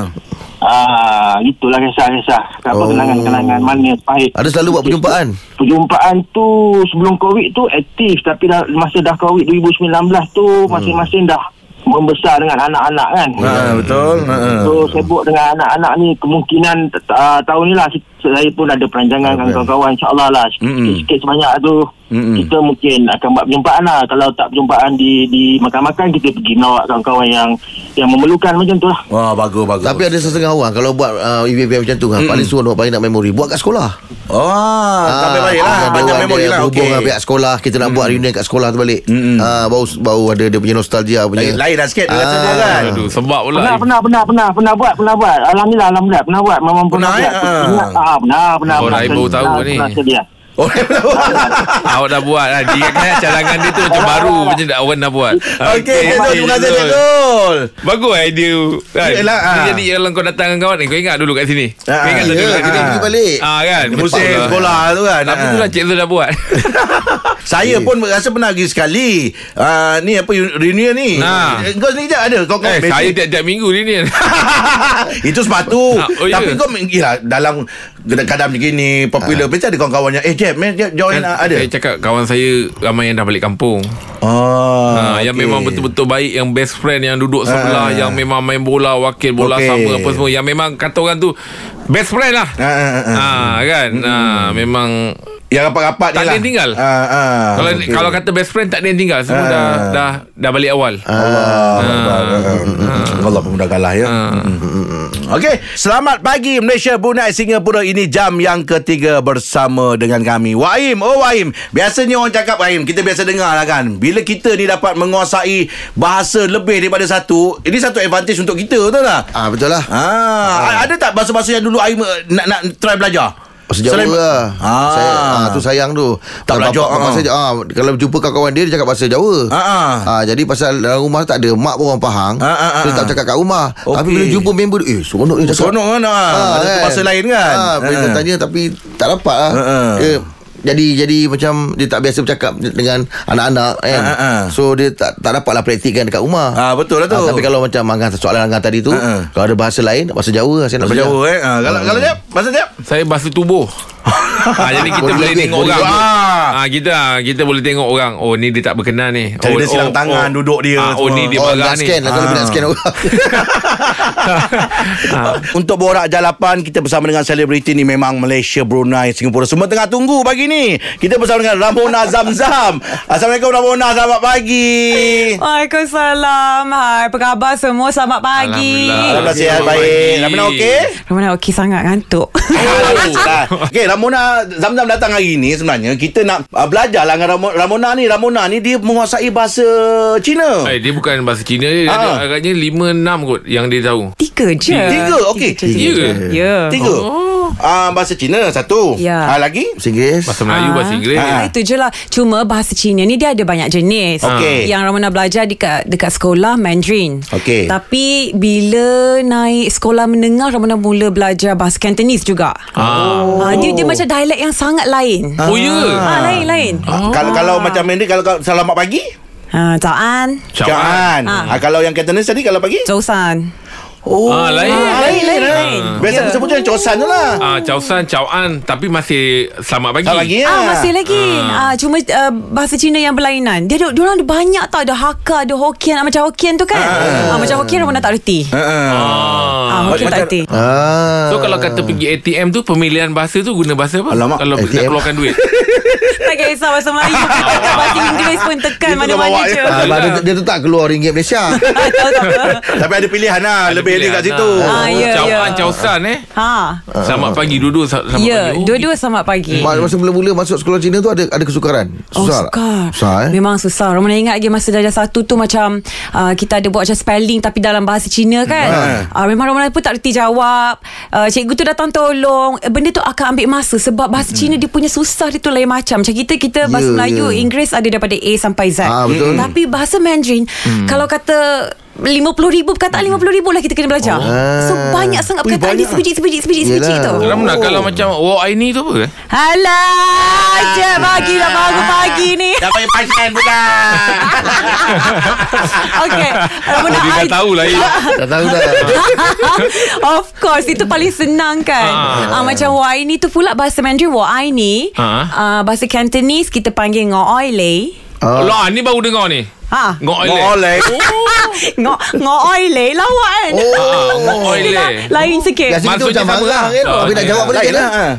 Speaker 5: ah itulah kisah-kisah apa
Speaker 4: Oh.
Speaker 5: kenangan-kenangan manis pahit
Speaker 4: Ada selalu buat perjumpaan
Speaker 5: perjumpaan tu sebelum covid tu aktif tapi dah, masa dah covid 2019 tu
Speaker 4: Hmm.
Speaker 5: masing-masing dah membesar dengan anak-anak kan
Speaker 2: Ha
Speaker 4: Ya.
Speaker 2: betul. Ha. ah.
Speaker 3: Hmm.
Speaker 5: So sibuk dengan anak-anak ni Kemungkinan uh, tahun ni lah kita- Saya pun ada perancangan dengan kawan-kawan InsyaAllah lah
Speaker 3: Hmm.
Speaker 5: Sikit-sikit sebanyak tu
Speaker 2: Mm-mm.
Speaker 5: Kita mungkin akan buat perjumpaan lah Kalau tak perjumpaan di di makan-makan Kita pergi melawat kawan-kawan yang Yang memerlukan macam tu lah
Speaker 2: Wah, bagus bagus.
Speaker 4: Tapi ada setengah orang Kalau buat uh, event-event macam tu kan Paling suruh orang paling nak memori Buat kat sekolah
Speaker 2: oh, sampai baik lah.
Speaker 4: ada
Speaker 2: Banyak
Speaker 4: orang
Speaker 2: memori
Speaker 4: dia
Speaker 2: lah.
Speaker 4: Berhubung
Speaker 2: Okey.
Speaker 4: dengan pihak sekolah Kita nak buat reunion kat sekolah tu balik
Speaker 2: Mm-mm.
Speaker 4: Ah, Baru baru ada dia punya nostalgia punya
Speaker 2: Eh, Lain- Lain dah sikit dia rasa
Speaker 4: Ah.
Speaker 2: dia kan.
Speaker 3: Aduh sebab pula
Speaker 5: Pernah, pernah, pernah, pernah, pernah buat, pernah buat. Alhamdulillah, alhamdulillah, pernah buat. Memang pernah,
Speaker 2: Pernah, eh?
Speaker 5: buat.
Speaker 2: Ah.
Speaker 5: Pernah, ah, pernah, pernah.
Speaker 3: Oh,
Speaker 5: pernah,
Speaker 3: Rahim baru ya? tahu
Speaker 5: pernah,
Speaker 3: ni.
Speaker 5: pernah sedia.
Speaker 2: Oh, dia tahu.
Speaker 3: Awak dah buat lah Dia kan cadangan dia tu macam baru Macam dah orang dah buat
Speaker 2: Okey, Cik Zul, terima kasih Cik
Speaker 3: betul.
Speaker 2: Zul.
Speaker 3: Bagus idea kan?
Speaker 2: Yelah,
Speaker 3: Dia
Speaker 2: ah.
Speaker 3: jadi kalau kau datang dengan kawan eh, Kau ingat dulu kat sini
Speaker 2: Ah,
Speaker 3: Kau ingat
Speaker 4: Ya,
Speaker 3: tadi
Speaker 2: yeah,
Speaker 3: kat
Speaker 4: kita
Speaker 3: sini
Speaker 2: ah.
Speaker 4: pergi balik
Speaker 3: Ah kan
Speaker 2: Musim
Speaker 3: Betul lah.
Speaker 2: sekolah tu kan.
Speaker 3: Tapi
Speaker 2: Ah.
Speaker 3: tu lah Cik Zul dah buat
Speaker 2: Saya pun rasa pernah pergi sekali. Ah, ni apa reunion ni?
Speaker 3: Ah.
Speaker 2: Eh, Kau sendiri tak ada. Kau kau
Speaker 3: Eh
Speaker 2: basic.
Speaker 3: saya tiap-tiap minggu ni ni
Speaker 2: Itu sepatu
Speaker 3: Ah, oh, ya
Speaker 2: Tapi
Speaker 3: ke?
Speaker 2: kau Yelah dalam Kadang-kadang macam gini Popular Mesti ada kawan-kawan yang Eh Jeb man, Jeb join lah Ada
Speaker 3: Kan Saya cakap kawan saya Ramai yang dah balik kampung
Speaker 2: oh,
Speaker 3: Ha, yang memang betul-betul baik Yang best friend Yang duduk sebelah
Speaker 2: Ha.
Speaker 3: Yang memang main bola Wakil bola
Speaker 2: Okey.
Speaker 3: sama Apa semua Yang memang kata orang tu Best friend lah
Speaker 2: ha, ha, ha.
Speaker 3: ha, Kan ha, Memang
Speaker 2: Yang rapat-rapat
Speaker 3: Tak
Speaker 2: ni
Speaker 3: ada
Speaker 2: lah
Speaker 3: yang tinggal.
Speaker 2: ha, ha.
Speaker 3: kalau kalau kata best friend Tak ada yang tinggal Semua
Speaker 2: Ha.
Speaker 3: dah, dah Dah balik awal
Speaker 2: Ah. Allah Ah. Hmm, Allah, Allah memudahkan lah ya Okey, selamat pagi Malaysia, Brunei, Singapura. Ini jam yang ketiga bersama dengan kami. Waim, oh Waim. Biasanya orang cakap Waim, kita biasa dengar lah kan. Bila kita ni dapat menguasai bahasa lebih daripada satu, ini satu advantage untuk kita, tahu tak?
Speaker 4: Ah betul lah
Speaker 2: Ah, ada tak bahasa-bahasa yang dulu Aim eh, nak nak try belajar?
Speaker 4: Sejak
Speaker 2: Selain-
Speaker 4: Selain, lah
Speaker 2: Ah.
Speaker 4: saya, ah, Tu sayang tu
Speaker 2: Tak
Speaker 4: Kalau
Speaker 2: belajar,
Speaker 4: bapak-
Speaker 2: ah.
Speaker 4: bahasa, ah, Kalau jumpa kawan-kawan dia Dia cakap bahasa Jawa
Speaker 2: Ah, ah.
Speaker 4: Ah, Jadi pasal dalam rumah tak ada Mak pun orang Pahang
Speaker 2: Ah, ah, ah,
Speaker 4: Dia
Speaker 2: ah.
Speaker 4: tak cakap kat rumah Tapi
Speaker 2: Okey.
Speaker 4: bila jumpa member dia, Eh seronok dia cakap
Speaker 2: Seronok kan, ah. Ada tu bahasa lain kan?
Speaker 4: ah, Bila
Speaker 2: Ah.
Speaker 4: tanya tapi Tak dapat lah
Speaker 2: Ah, ah.
Speaker 4: Dia jadi jadi macam dia tak biasa bercakap dengan anak-anak kan.
Speaker 2: Ah, ah, ah.
Speaker 4: So dia tak tak dapatlah praktikkan dekat rumah.
Speaker 2: Ah, betul lah tu.
Speaker 4: tapi kalau macam angkat soalan angkat tadi tu,
Speaker 2: Ah, ah.
Speaker 4: kalau ada bahasa lain, bahasa Jawa saya nak
Speaker 2: Bahasa
Speaker 4: belajar.
Speaker 2: Jawa eh. Ha, kalau kalau jap, bahasa jap.
Speaker 3: Saya bahasa tubuh ha, Jadi kita
Speaker 4: Boleh
Speaker 3: boleh
Speaker 4: lebih,
Speaker 3: tengok
Speaker 4: boleh
Speaker 3: orang
Speaker 2: lebih.
Speaker 3: ha, Kita kita boleh tengok orang Oh ni dia tak berkenan ni
Speaker 2: Cara
Speaker 3: oh,
Speaker 2: dia silang tangan, duduk dia
Speaker 3: Ah, Oh
Speaker 2: semua.
Speaker 3: ni dia
Speaker 4: Oh,
Speaker 3: marah
Speaker 4: nak
Speaker 3: ni
Speaker 4: scan lah kalau
Speaker 2: Ah.
Speaker 4: nak scan orang.
Speaker 3: Ah.
Speaker 2: Untuk borak jalapan kita bersama dengan selebriti ni memang Malaysia, Brunei, Singapura semua tengah tunggu pagi ni. Kita bersama dengan Ramona Zamzam. Assalamualaikum Ramona, selamat pagi.
Speaker 7: Waalaikumsalam Hai apa khabar semua Selamat pagi
Speaker 2: Alhamdulillah sihat
Speaker 3: Selamat
Speaker 2: baik.
Speaker 3: pagi.
Speaker 2: Ramona okey?
Speaker 7: Ramana okey sangat ngantuk
Speaker 2: Oh. Okay Ramona Zamzam datang hari ni sebenarnya kita nak uh, belajar lah dengan Ramo- Ramona ni Ramona ni dia menguasai bahasa Cina.
Speaker 3: Eh, dia bukan bahasa Cina dia
Speaker 2: Oh. Ah.
Speaker 3: ada agaknya 5 6 kot yang dia tahu.
Speaker 7: Tiga je
Speaker 2: Tiga, okey.
Speaker 7: Tiga
Speaker 3: Tiga
Speaker 7: je
Speaker 3: ke?
Speaker 7: Ya
Speaker 2: Tiga. Oh. Uh, bahasa Cina satu.
Speaker 7: Ya.
Speaker 2: Ah, lagi?
Speaker 4: Bahasa Inggeris.
Speaker 3: Bahasa Melayu, bahasa Inggeris.
Speaker 2: Ah.
Speaker 7: Ah, itu je lah Cuma bahasa Cina ni Dia ada banyak jenis
Speaker 2: Okey.
Speaker 7: Yang Ramona belajar Dekat dekat sekolah Mandarin
Speaker 2: Okey.
Speaker 7: Tapi Bila naik sekolah menengah Ramona mula belajar Bahasa Cantonese juga
Speaker 3: Ah.
Speaker 7: oh. dia, dia macam dialek yang sangat lain
Speaker 3: Oh ya.
Speaker 7: Ah, Lain-lain
Speaker 2: Ah. Kalau kalau macam Mandarin kalau, kalau selamat pagi?
Speaker 7: ah, Zaan
Speaker 2: Jangan. Ah.
Speaker 7: Ah.
Speaker 2: kalau yang Cantonese tadi kalau pagi?
Speaker 7: Zousan
Speaker 2: Oh.
Speaker 3: Ah, lain.
Speaker 2: Ah, lain, lain, lain.
Speaker 7: Lain.
Speaker 2: Biasa
Speaker 7: Ya.
Speaker 2: aku sebut je cosan je lah.
Speaker 3: Ah, Chow San, Chow An tapi masih selamat pagi.
Speaker 2: Selamat pagi ya.
Speaker 7: Ah masih lagi. Ah, cuma uh, bahasa Cina yang berlainan. Dia ada orang ada banyak tau ada Hakka, ada Hokkien, ah, macam Hokkien tu kan. Ah, macam Hokkien orang tak reti.
Speaker 3: Ah.
Speaker 7: Ah, Hokkien
Speaker 2: ah. Macam-
Speaker 7: tak reti.
Speaker 4: Ah.
Speaker 3: So kalau kata pergi ATM tu pemilihan bahasa tu guna bahasa apa?
Speaker 2: Alamak,
Speaker 3: kalau nak
Speaker 4: ATM.
Speaker 3: keluarkan duit.
Speaker 7: tak kisah bahasa Melayu, tekan bahasa Inggeris pun tekan
Speaker 2: Dia tengah
Speaker 7: mana-mana
Speaker 2: bawa
Speaker 7: je.
Speaker 2: je.
Speaker 4: Ah, dia, dia tu tak keluar ringgit Malaysia.
Speaker 7: Ah, tahu tak apa.
Speaker 2: Tapi ada pilihan lah. Lebih dia kat situ.
Speaker 7: Ah, ya,
Speaker 3: Chow
Speaker 7: ya.
Speaker 3: Oh, An, Chow San eh.
Speaker 7: Ha.
Speaker 2: Ah.
Speaker 3: Selamat pagi dua-dua sa- selamat pagi.
Speaker 7: Ya,
Speaker 3: Oh,
Speaker 7: dua-dua selamat pagi.
Speaker 4: Ma- Masa mula-mula masuk sekolah Cina tu ada ada kesukaran.
Speaker 7: Oh
Speaker 4: Susah. tak?
Speaker 7: sukar
Speaker 4: Susah eh.
Speaker 7: Memang susah Ramona ingat lagi Masa darjah satu tu Macam uh, Kita ada buat macam spelling Tapi dalam bahasa Cina
Speaker 4: Hmm.
Speaker 7: kan uh, Memang Ramona pun tak reti jawab uh, Cikgu tu datang tolong Eh, Benda tu akan ambil masa Sebab bahasa Cina Dia punya susah Dia tu lain macam Macam kita Kita bahasa
Speaker 4: Hmm. Ya,
Speaker 7: Melayu
Speaker 4: ya.
Speaker 7: Inggeris ada daripada A sampai Z Hmm.
Speaker 4: Ah, betul. Hmm.
Speaker 7: Tapi bahasa Mandarin Kalau kata RM50,000 Perkataan RM50,000 lah kita kena belajar
Speaker 4: Ah.
Speaker 7: So banyak sangat
Speaker 2: Ui,
Speaker 7: perkataan
Speaker 2: banyak.
Speaker 7: Dia sebiji-sebiji Sebiji-sebiji
Speaker 4: Yelah.
Speaker 7: tu
Speaker 3: Ramna kalau macam oh I ni tu apa? eh?
Speaker 7: Alah Jeb pagi dah baru pagi ni
Speaker 2: Dah pagi pasien pula.
Speaker 7: Okay Ramona
Speaker 3: Oh, dia dah
Speaker 7: I-
Speaker 3: tahu lah. ya.
Speaker 4: Dah tahu tak?
Speaker 7: of course Itu paling senang kan ah. Macam Wai ni tu pula Bahasa Mandarin Wai ni
Speaker 3: Ah.
Speaker 7: ah, Bahasa Cantonese Kita panggil Ngoi Lei
Speaker 4: Ah.
Speaker 3: Lah ni baru dengar ni.
Speaker 7: Ha
Speaker 3: Ngok
Speaker 2: Oh,
Speaker 3: elek.
Speaker 2: oleh.
Speaker 7: Ngo Ngoi Lei Lawak kan
Speaker 4: Oh.
Speaker 3: Ah, Ngok
Speaker 7: Dia
Speaker 3: elek.
Speaker 7: dah Lain sikit
Speaker 4: Biasa kita
Speaker 3: Maksudnya
Speaker 4: macam
Speaker 3: sama
Speaker 4: marah
Speaker 3: lah.
Speaker 4: kan. Tapi nak
Speaker 3: Ah,
Speaker 4: jawab boleh
Speaker 2: Lain
Speaker 4: kan?
Speaker 2: lah. ah.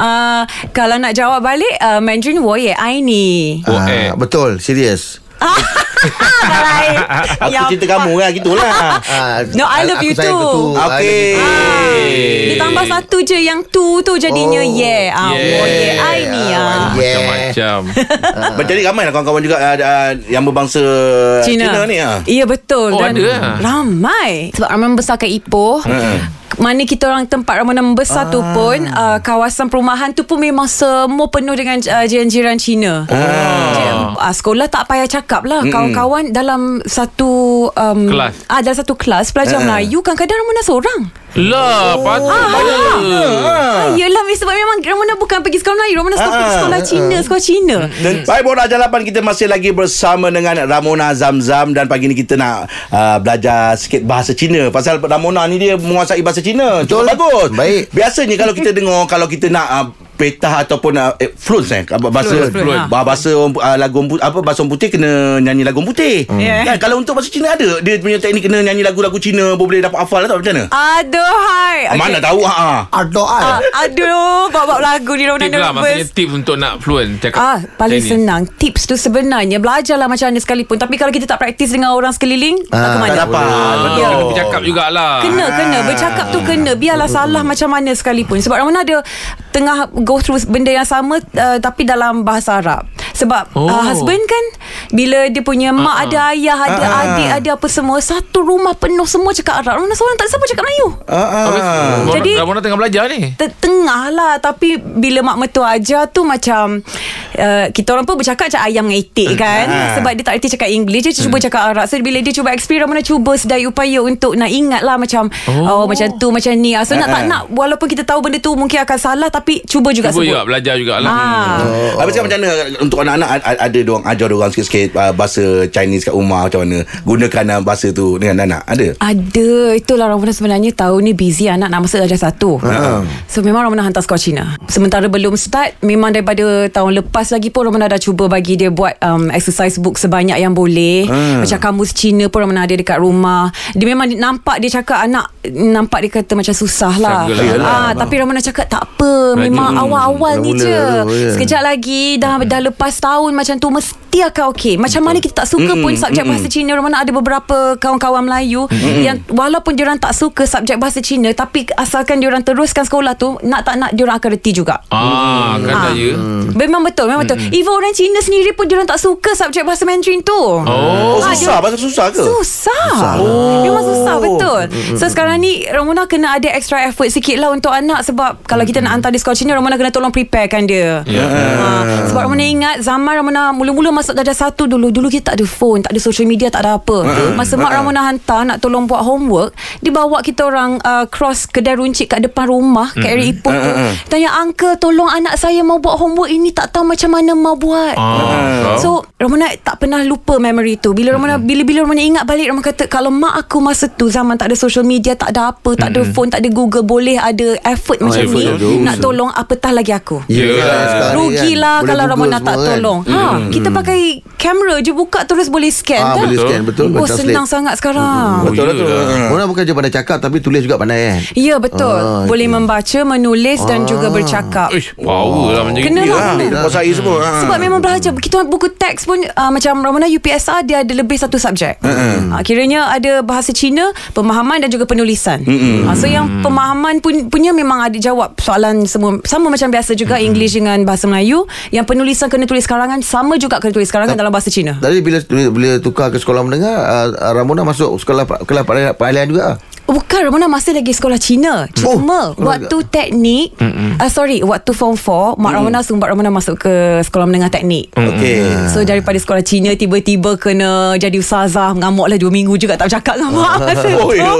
Speaker 7: Ah, Kalau nak jawab balik ah, Mandarin Wo Ye Ai ni
Speaker 3: Oh,
Speaker 4: Ah,
Speaker 3: eh.
Speaker 4: Betul, serius.
Speaker 7: Ah, dah lain. Ya,
Speaker 2: Aku cerita kamu kan. Gitulah.
Speaker 4: Ah,
Speaker 7: No, I love you
Speaker 4: aku sayang
Speaker 7: too.
Speaker 4: kau I love you
Speaker 2: Okay.
Speaker 4: too.
Speaker 7: Ah, Ditambah satu je Yang tu tu jadinya
Speaker 4: Oh.
Speaker 7: Yeah ah,
Speaker 3: Yeah.
Speaker 7: Wo Ye Ai ni ah.
Speaker 4: Ah, yeah.
Speaker 3: Macam-macam.
Speaker 2: Macam ni ramai lah kawan-kawan juga ah, ah, yang berbangsa Cina,
Speaker 7: Cina,
Speaker 2: ni. ah.
Speaker 7: Ya betul
Speaker 3: Oh,
Speaker 7: Dan
Speaker 3: ada.
Speaker 7: ramai Sebab Arman membesarkan Ipoh
Speaker 2: Hmm.
Speaker 7: Mana kita orang tempat Ramona membesar tu
Speaker 2: Ah.
Speaker 7: pun uh, Kawasan perumahan tu pun memang semua penuh dengan uh, jiran-jiran Cina ah. uh, Sekolah tak payah cakap lah Kawan-kawan dalam satu um,
Speaker 3: Kelas.
Speaker 7: ah, Dalam satu kelas Pelajar Melayu Kadang-kadang Ramona seorang
Speaker 3: Lah,
Speaker 2: Oh,
Speaker 3: patut.
Speaker 7: ah. Yelah sebab memang Ramona bukan pergi sekolah Melayu Ramona sekolah,
Speaker 2: Ah. Mm.
Speaker 7: sekolah Cina Sekolah Cina
Speaker 2: Dan baik borak jalapan kita masih lagi bersama dengan Ramona Zamzam dan pagi ni kita nak uh, belajar sikit bahasa Cina pasal Ramona ni dia menguasai bahasa Cina. Betul. Cukup bagus.
Speaker 4: Baik.
Speaker 2: Biasanya kalau kita dengar kalau kita nak uh, petah ataupun uh, eh, fluence eh apa- bahasa
Speaker 3: Fluence, fluence.
Speaker 2: bah- bahasa orang pu- uh, lagu orang pu- apa bahasa orang putih kena nyanyi lagu orang putih. Hmm.
Speaker 7: Yeah.
Speaker 2: Kan kalau untuk bahasa Cina ada dia punya teknik kena nyanyi lagu-lagu Cina boleh dapat hafal tak macam mana?
Speaker 7: Aduh hai
Speaker 2: Okay. Mana tahu ha. ah.
Speaker 4: Ardo I.
Speaker 7: Ah, aduh, bawa-bawa lagu ni Ramona
Speaker 3: Tips lah Maksudnya
Speaker 7: nervous.
Speaker 3: tips untuk nak fluent Cakap
Speaker 7: Ah, paling
Speaker 3: Chinese.
Speaker 7: senang tips tu sebenarnya belajarlah macam mana sekalipun. Tapi kalau kita tak praktis dengan orang sekeliling, ah, tak ke mana.
Speaker 2: Tak dapat. Ah.
Speaker 3: Ah, Kena bercakap jugalah
Speaker 7: Ya. Kena kena bercakap tu kena biarlah salah macam mana sekalipun sebab Ramona ada tengah go through benda yang sama uh, tapi dalam bahasa Arab sebab
Speaker 3: Oh.
Speaker 7: oh.
Speaker 3: Ah,
Speaker 7: uh, husband kan bila dia punya mak ada ayah
Speaker 2: Ah,
Speaker 7: ada adik ada apa semua satu rumah penuh semua cakap Arab mana seorang tak ada siapa cakap Melayu
Speaker 2: Ah, ah.
Speaker 7: Jadi-
Speaker 3: Jadi Ramona tengah belajar ni.
Speaker 7: Te- Tengah lah Tapi bila mak mertua ajar tu Macam uh, Kita orang pun bercakap Macam ayam dengan itik kan
Speaker 2: Ah.
Speaker 7: Sebab dia tak reti cakap English Dia cuba cakap Arab So bila dia cuba explain Ramona cuba sedaya upaya Untuk nak ingat lah Macam Oh, oh macam tu Macam ni So nak tak nak Walaupun kita tahu benda tu Mungkin akan salah Tapi cuba juga
Speaker 3: Cuba
Speaker 7: sebut
Speaker 3: juga belajar jugalah.
Speaker 7: Ah.
Speaker 2: Oh. Habis sekarang macam mana untuk anak-anak a- a- ada diorang ajar diorang sikit-sikit uh, bahasa Chinese kat rumah macam mana gunakan uh, bahasa tu dengan anak ada
Speaker 7: Ada Itulah Ramona sebenarnya Tahun ni busy Anak nak masuk darjah satu
Speaker 4: Ha.
Speaker 7: uh-huh. So memang Ramona hantar skor Cina Sementara belum start Memang daripada Tahun lepas lagi pun Ramona dah cuba bagi dia Buat um, exercise book Sebanyak yang boleh
Speaker 4: Ha.
Speaker 7: uh. Macam kamus Cina pun Ramona ada dekat rumah Dia memang nampak Dia cakap anak Nampak dia kata Macam susah lah
Speaker 3: Struggle lah.
Speaker 7: ah, Tapi Ramona cakap Tak apa Memang
Speaker 3: Rajin.
Speaker 7: awal-awal ni
Speaker 4: Mula-mula
Speaker 7: je
Speaker 4: tu, ya.
Speaker 7: Sekejap lagi Dah dah lepas tahun Macam tu Mesti akan okey Macam mana kita tak suka pun Subjek bahasa Cina Ramana ada beberapa Kawan-kawan Melayu Yang walaupun diorang tak suka Subjek bahasa Cina Tapi asalkan diorang teruskan sekolah tu Nak tak nak Diorang akan reti juga
Speaker 3: Ah, kan
Speaker 7: Ah.
Speaker 3: daya.
Speaker 7: Memang betul Memang betul Even orang Cina sendiri pun Diorang tak suka Subjek bahasa Mandarin tu
Speaker 3: Oh.
Speaker 2: oh susah bahasa susah ke
Speaker 7: Susah, oh. Memang susah betul So sekarang ni Ramona kena ada extra effort sikit lah Untuk anak Sebab kalau kita nak hantar dia sekolah Cina Ramona kena tolong preparekan dia
Speaker 3: Ya.
Speaker 7: Ha, sebab Ramona ingat zaman Ramona mula-mula masuk darjah satu dulu. Dulu kita tak ada phone, tak ada social media, tak ada apa.
Speaker 3: Ah.
Speaker 7: Masa mak Ramona hantar nak tolong buat homework, dia bawa kita orang uh, cross kedai runcit kat depan rumah, kat area Ipoh
Speaker 3: Ah,
Speaker 7: tu. Tanya, uncle tolong anak saya mau buat homework ini tak tahu macam mana mau buat.
Speaker 3: Ah.
Speaker 7: So Ramona tak pernah lupa memory tu Bila Ramona Bila-bila Ramona ingat balik Ramona kata Kalau mak aku masa tu Zaman tak ada social media Tak ada apa Tak ada phone Tak ada google Boleh ada effort oh, macam
Speaker 3: Ah, effort
Speaker 7: ni
Speaker 3: tu. Ya,
Speaker 7: Nak tolong apatah lagi aku
Speaker 3: Yelah.
Speaker 4: sekarang ni kan?
Speaker 7: Rugilah
Speaker 4: Boleh
Speaker 7: kalau
Speaker 4: Google
Speaker 7: Ramona
Speaker 4: semua
Speaker 7: tak
Speaker 4: Ya, kan.
Speaker 7: tolong. Ha, kita pakai kamera je buka terus boleh scan
Speaker 4: Ah,
Speaker 7: kan?
Speaker 4: boleh scan, betul,
Speaker 7: Oh,
Speaker 4: macam Hmm.
Speaker 7: senang
Speaker 4: slate.
Speaker 7: sangat sekarang.
Speaker 3: Betul lah tu.
Speaker 4: Mona bukan je pandai cakap Tapi tulis juga pandai kan
Speaker 7: Ya, betul.
Speaker 4: Ah,
Speaker 7: boleh membaca, menulis dan juga bercakap.
Speaker 3: Ish, power lah macam
Speaker 7: Kena
Speaker 3: gitu.
Speaker 7: lah.
Speaker 2: bahasa air semua ha.
Speaker 4: Ah.
Speaker 7: Sebab memang belajar Kita buku teks pun uh, Macam Ramona UPSR Dia ada lebih satu subjek uh, Kiranya ada bahasa Cina Pemahaman dan juga penulisan uh, So yang pemahaman pun, punya Memang ada jawab soalan semua Sama macam biasa juga English dengan bahasa Melayu Yang penulisan kena tulis karangan Sama juga kena tulis karangan Dalam bahasa Cina
Speaker 4: Tadi bila bila tukar ke sekolah menengah uh, Ramona masuk sekolah kelas parlian, parlian juga
Speaker 7: Bukan Ramona masih lagi sekolah Cina Cuma
Speaker 4: Oh.
Speaker 7: oh. waktu teknik uh, Sorry Waktu form 4 Mak Ramona sumbat Ramona masuk ke Sekolah menengah teknik
Speaker 2: okey
Speaker 7: So daripada sekolah Cina Tiba-tiba kena Jadi usazah Mengamuk lah 2 minggu juga Tak bercakap dengan mak Masa tu
Speaker 2: Oh, ya.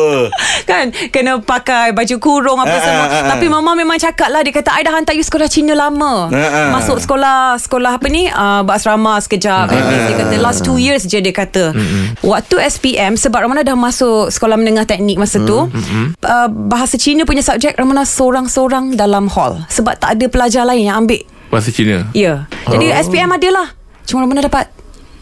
Speaker 7: Kan Kena pakai baju kurung Apa
Speaker 2: Ah,
Speaker 7: semua
Speaker 2: ah, ah.
Speaker 7: Tapi mama memang cakap lah Dia kata I dah hantar you sekolah Cina lama
Speaker 2: Ah, ah.
Speaker 7: Masuk sekolah Sekolah apa ni uh, Berasrama sekejap At
Speaker 2: ah,
Speaker 7: least Dia kata last 2 years je Dia kata
Speaker 2: Mm,
Speaker 7: Waktu SPM Sebab Ramana dah masuk Sekolah menengah teknik Masa
Speaker 2: Mm,
Speaker 7: tu uh, Bahasa Cina punya subjek Ramana seorang-seorang Dalam hall Sebab tak ada pelajar lain Yang ambil
Speaker 3: Bahasa Cina.
Speaker 7: Ya. Jadi
Speaker 4: Oh.
Speaker 7: SPM ada lah. Cuma mana dapat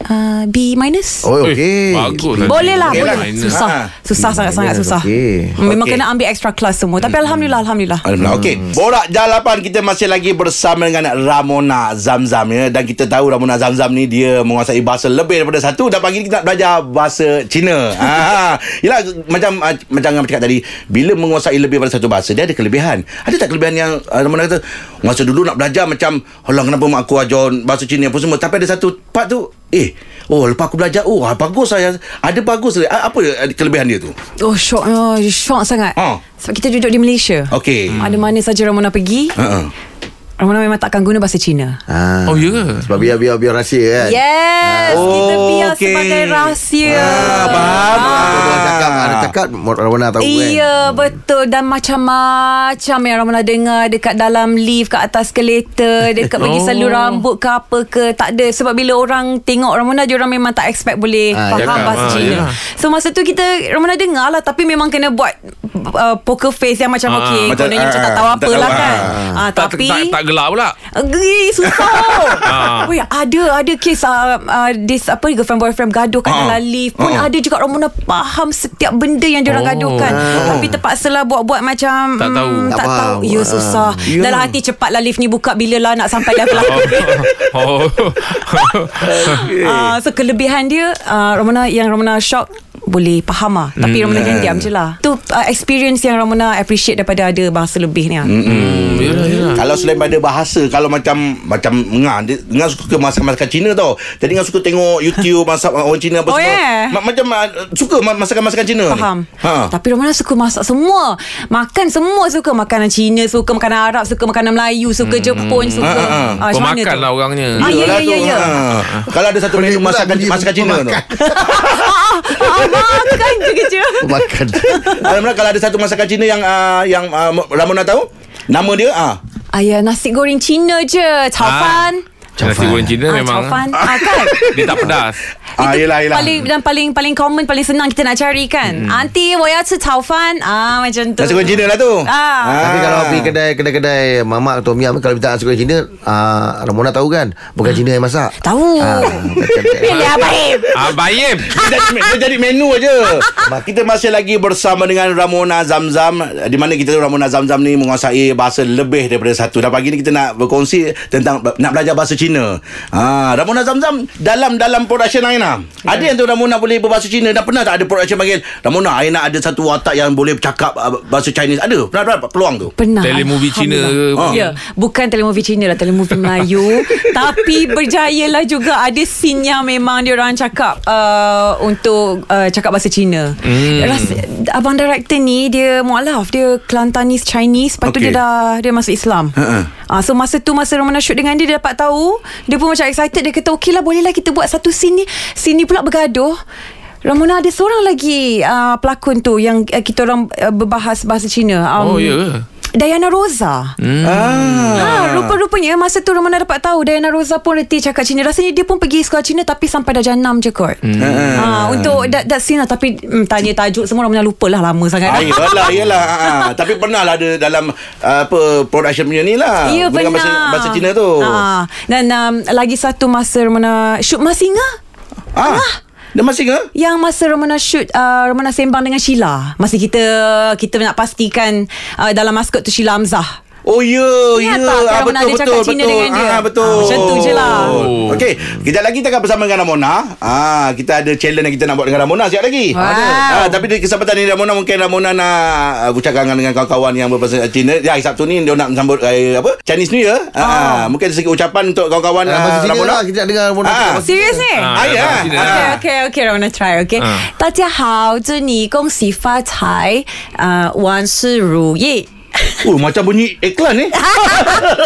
Speaker 7: uh, B minus?
Speaker 4: Oh
Speaker 3: Eh,
Speaker 4: okey
Speaker 3: Bagus.
Speaker 7: Boleh lah
Speaker 2: Okey
Speaker 7: boleh.
Speaker 2: lah.
Speaker 7: Susah
Speaker 2: Ha.
Speaker 7: Susah sangat-sangat
Speaker 4: minus,
Speaker 7: susah
Speaker 4: Hmm, okey.
Speaker 7: Memang
Speaker 2: Okey. Hmm.
Speaker 7: kena ambil extra class semua Tapi Alhamdulillah Alhamdulillah
Speaker 2: Alhamdulillah. Okey. Borak Jalapan kita masih lagi bersama dengan Ramona Zamzam ya dan kita tahu Ramona Zamzam ni dia menguasai bahasa lebih daripada satu dan pagi ni kita nak belajar bahasa Cina. ha. Yalah macam ah, macam yang cakap tadi bila menguasai lebih daripada satu bahasa dia ada kelebihan. Ada tak kelebihan yang ah, Ramona kata masa dulu nak belajar macam alah kenapa mak aku ajar bahasa Cina apa semua tapi ada satu part tu eh oh lepas aku belajar oh ah, bagus saya ada bagus Ah, apa ah, kelebihan dia tu.
Speaker 7: Oh syok oh, Syok sangat
Speaker 2: Ha.
Speaker 7: Sebab kita duduk di Malaysia Hmm.
Speaker 2: Okey.
Speaker 7: Ada mana saja Ramona pergi
Speaker 2: Ha.
Speaker 7: Ramona memang tak akan guna bahasa Cina
Speaker 4: ah.
Speaker 3: Oh, ya ke?
Speaker 4: Sebab biar biar biar rahsia kan
Speaker 7: Yes oh, Kita biar
Speaker 2: Eh. okey.
Speaker 7: okay. sebagai rahsia
Speaker 2: Ah, faham.
Speaker 4: Kalau orang cakap Ada cakap Ramona tahu kan
Speaker 7: Iya betul Dan macam-macam Yang Ramona dengar Dekat dalam lift Kat atas kereta Dekat pergi
Speaker 3: Oh.
Speaker 7: salur rambut ke apa ke Tak ada Sebab bila orang tengok Ramona Diorang memang tak expect boleh
Speaker 4: Ah,
Speaker 7: Faham
Speaker 3: cakap.
Speaker 7: bahasa
Speaker 3: Ah,
Speaker 7: Cina
Speaker 3: yelah.
Speaker 7: So masa tu kita Ramona dengar lah Tapi memang kena buat uh, Poker face yang macam
Speaker 3: Ah,
Speaker 7: Okay
Speaker 2: macam,
Speaker 7: Kononnya macam tak
Speaker 2: ah,
Speaker 7: tahu
Speaker 2: tak
Speaker 7: apa
Speaker 2: tahu,
Speaker 7: lah kan
Speaker 2: ah.
Speaker 7: Ah,
Speaker 3: Tak,
Speaker 7: Tapi
Speaker 3: tak, tak gelap pula.
Speaker 7: Agree
Speaker 3: Ah.
Speaker 7: Susah Weh, Ada Ada kes uh, uh, This apa Girlfriend boyfriend Gaduh kat
Speaker 2: Ah.
Speaker 7: dalam lift Pun
Speaker 2: Ah.
Speaker 7: ada juga Ramona faham Setiap benda yang diorang
Speaker 3: Oh.
Speaker 7: gaduhkan Tapi terpaksalah buat-buat macam
Speaker 3: Tak tahu.
Speaker 7: mm, Tak,
Speaker 4: Tak
Speaker 7: tahu
Speaker 4: faham.
Speaker 7: Ya susah
Speaker 2: Ya.
Speaker 7: Dalam hati cepatlah lift ni buka Bila lah nak sampai level aku
Speaker 3: Oh.
Speaker 7: Ah, uh, So kelebihan dia uh, Ramona ah, Yang Ramona shock boleh faham lah Tapi
Speaker 3: Hmm.
Speaker 7: Ramona jangan diam je lah Tu uh, experience yang Ramona appreciate Daripada ada bahasa lebih ni lah.
Speaker 3: Hmm, yalah,
Speaker 7: Ah.
Speaker 3: yalah.
Speaker 2: Kalau selain pada bahasa Kalau macam Macam Ngah dia, Ngah suka ke masakan-masakan Cina tau Jadi Ngah suka tengok YouTube Masak orang Cina apa
Speaker 7: Oh,
Speaker 2: semua
Speaker 7: yeah.
Speaker 2: Ma- Macam ah, Suka ma- masakan-masakan Cina ni.
Speaker 7: Faham
Speaker 2: ha.
Speaker 7: ha. Tapi Romana suka masak semua Makan semua suka Makanan Cina Suka makanan Arab Suka makanan Melayu Suka hmm. Jepun Suka
Speaker 2: Ha, ha, ha.
Speaker 7: ah, macam mana
Speaker 3: Pemakan
Speaker 7: tu?
Speaker 3: lah orangnya
Speaker 7: Ah, ya,
Speaker 2: Yelah
Speaker 7: ya, ya,
Speaker 2: tu,
Speaker 7: ya.
Speaker 2: ha. Kalau ada satu menu
Speaker 4: pula
Speaker 2: masakan,
Speaker 4: bunyi
Speaker 2: masakan Cina tu
Speaker 4: pemakan.
Speaker 2: Ha.
Speaker 7: ah, ah, Makan je kerja
Speaker 4: Makan
Speaker 2: Alhamdulillah kalau ada satu masakan Cina yang uh, yang uh, Ramona tahu nama dia ah.
Speaker 7: Ayah nasi goreng Cina je Cao
Speaker 3: Ah.
Speaker 7: fan
Speaker 3: Nasi goreng Cina
Speaker 7: ah,
Speaker 3: memang
Speaker 7: Cao fan ah, kan
Speaker 3: Dia tak pedas
Speaker 2: Ah,
Speaker 7: Itu
Speaker 2: yelah, yelah.
Speaker 7: Paling, dan paling paling common Paling senang kita nak cari kan hmm. Auntie 我要吃炒饭 Ah macam tu
Speaker 2: Nasi goreng Cina lah tu.
Speaker 7: Ah.
Speaker 4: Tapi kalau pergi kedai Kedai-kedai Mamak atau miam Kalau minta nasi goreng Cina uh, Ramona tahu kan Bukan Cina yang masak
Speaker 7: Tahu
Speaker 4: Ah,
Speaker 7: Pilih Abang Im
Speaker 3: Ah, Bayim
Speaker 2: Dia jadi, dia jadi menu aja. Kita masih lagi bersama dengan Ramona Zamzam di mana kita tahu Ramona Zamzam ni menguasai bahasa lebih daripada satu. Dan pagi ni kita nak berkongsi tentang nak belajar bahasa Cina. Ah, Ramona Zamzam dalam dalam production Aina. Ada yang tu Ramona boleh berbahasa Cina dan pernah tak ada production panggil Ramona Aina ada satu watak yang boleh bercakap ah, bahasa Chinese. Ada. Pernah dapat peluang tu.
Speaker 7: Pernah
Speaker 3: Telemovie Cina ke
Speaker 7: Alhamdulillah.
Speaker 3: apa?
Speaker 7: Ya Bukan telemovie Cina lah Telemovie Melayu Tapi berjayalah juga Ada scene yang memang Dia orang cakap uh, Untuk uh, Cakap bahasa Cina hmm. Ras, Abang director ni Dia mualaf Dia Kelantanis Chinese Lepas tu
Speaker 2: Okey.
Speaker 7: dia dah Dia masuk Islam
Speaker 2: Ha-ha.
Speaker 7: uh, So masa tu Masa Romana shoot dengan dia Dia dapat tahu Dia pun macam excited Dia kata okey lah boleh lah Kita buat satu scene ni Scene ni pula bergaduh Ramona ada seorang lagi uh, pelakon tu yang uh, kita orang uh, berbahas bahasa Cina.
Speaker 3: Oh, ya ke?
Speaker 7: Um, Diana Rosa. Hmm. Ah. Ha, rupa-rupanya masa tu Romana dapat tahu Diana Rosa pun reti cakap Cina. Rasanya dia pun pergi sekolah Cina tapi sampai darjah 6 je kot. Hmm. Ha, untuk that, that scene lah tapi mm, tanya tajuk semua Romana lupalah lah lama sangat.
Speaker 2: Ah, yelah, yelah. Ah, ah. Tapi pernah lah ada dalam ah, apa production punya ni lah.
Speaker 7: Ya
Speaker 2: Gunakan Bahasa,
Speaker 7: pernah
Speaker 2: bahasa Cina tu.
Speaker 7: ha. Dan um, lagi satu masa Romana Shoot masih ingat
Speaker 2: Ah. Dia masih ke?
Speaker 7: Yang masa Romana shoot uh, Romana sembang dengan Sheila Masa kita Kita nak pastikan uh, Dalam maskot tu Sheila Hamzah
Speaker 2: Oh ya, ya.
Speaker 7: Ingat tak
Speaker 2: Ah,
Speaker 7: Ramona
Speaker 2: betul
Speaker 7: dia cakap
Speaker 2: betul
Speaker 7: Cina
Speaker 2: betul.
Speaker 7: dengan dia?
Speaker 2: Ah, betul.
Speaker 7: Ah, macam tu je lah.
Speaker 2: Oh. Okey, kejap lagi kita akan bersama dengan Ramona. Ah, kita ada challenge yang kita nak buat dengan Ramona sekejap lagi.
Speaker 7: Wow.
Speaker 2: Ah, tapi di kesempatan ni Ramona mungkin Ramona nak uh, ucapkan dengan kawan-kawan yang berbahasa Cina. Ya, hari Sabtu ni dia nak sambut eh, apa? Chinese New Year.
Speaker 7: Oh.
Speaker 2: Ah, mungkin segi ucapan untuk kawan-kawan
Speaker 4: Dalam
Speaker 2: ah,
Speaker 4: bahasa Cina
Speaker 2: Ramona.
Speaker 4: lah Kita nak dengar Ramona
Speaker 2: Ah.
Speaker 4: cakap bahasa
Speaker 7: Serius ni?
Speaker 3: Ah,
Speaker 2: Ah, ya.
Speaker 3: dalam Cina.
Speaker 7: Okay,
Speaker 2: Ah.
Speaker 7: okay, okay. I wanna try, okay?
Speaker 2: Uh.
Speaker 3: Ah.
Speaker 7: 大家好，祝你恭喜发财，呃，万事如意。
Speaker 2: Oh, macam bunyi iklan ni.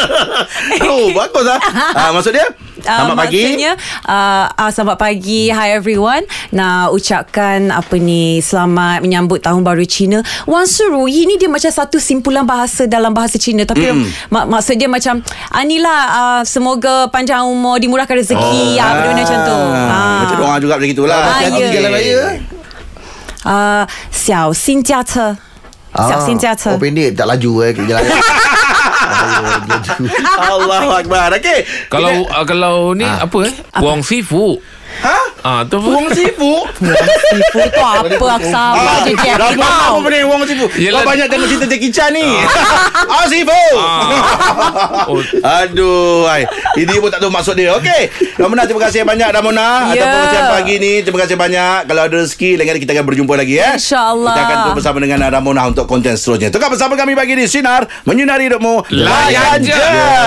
Speaker 2: oh, bagus ah. Ah, maksud dia?
Speaker 7: Ah,
Speaker 2: Selamat pagi.
Speaker 7: Maksudnya uh, uh, Selamat pagi Hi everyone Nak ucapkan Apa ni Selamat menyambut Tahun Baru Cina Wan Suru Ini dia macam satu simpulan bahasa Dalam bahasa Cina Tapi mm. mak- maksud dia macam ah, ni lah uh, Semoga panjang umur Dimurahkan rezeki oh. ah, Benda-benda macam tu
Speaker 2: Ah, macam doa juga macam gitulah.
Speaker 7: Ah,
Speaker 4: Hati-hati
Speaker 7: ya.
Speaker 4: jalan raya
Speaker 7: uh, 小心驾车
Speaker 4: Oh
Speaker 2: Ah,
Speaker 7: 小心驾车
Speaker 4: pendek Tak laju eh Jalan raya Ah, laju.
Speaker 2: Allahu akbar. Okey.
Speaker 3: Kalau ah, kalau ni apa eh? Wong Sifu.
Speaker 2: Ha?
Speaker 3: Ah, tu apa?
Speaker 2: Wong sifu.
Speaker 7: Tipu tu apa Aku sabar je Jack
Speaker 2: Ramai apa benda yang wong sifu? Kau
Speaker 3: Yelah.
Speaker 2: banyak tengok cerita Jackie Chan ni. Ah sifu.
Speaker 3: Ah. Oh,
Speaker 2: Aduh, hai. Ini pun tak tahu maksud dia. Okey. Ramona terima kasih banyak Ramona atas
Speaker 7: Ya.
Speaker 2: perkongsian pagi ni. Terima kasih banyak. Kalau ada rezeki lain kali kita akan berjumpa lagi eh.
Speaker 7: InsyaAllah.
Speaker 2: Kita akan terus bersama dengan ah, Ramona untuk konten seterusnya. Tukar bersama kami pagi ni sinar menyinari hidupmu.
Speaker 3: Layan je. Ya.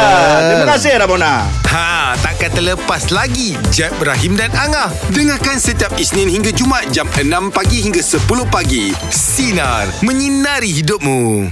Speaker 2: Terima kasih Ramona.
Speaker 1: Ha, takkan terlepas lagi Jeb, Ibrahim dan Angah. Dengarkan setiap Isnin hingga Jumaat jam 6 pagi hingga 10 pagi. Sinar, menyinari hidupmu.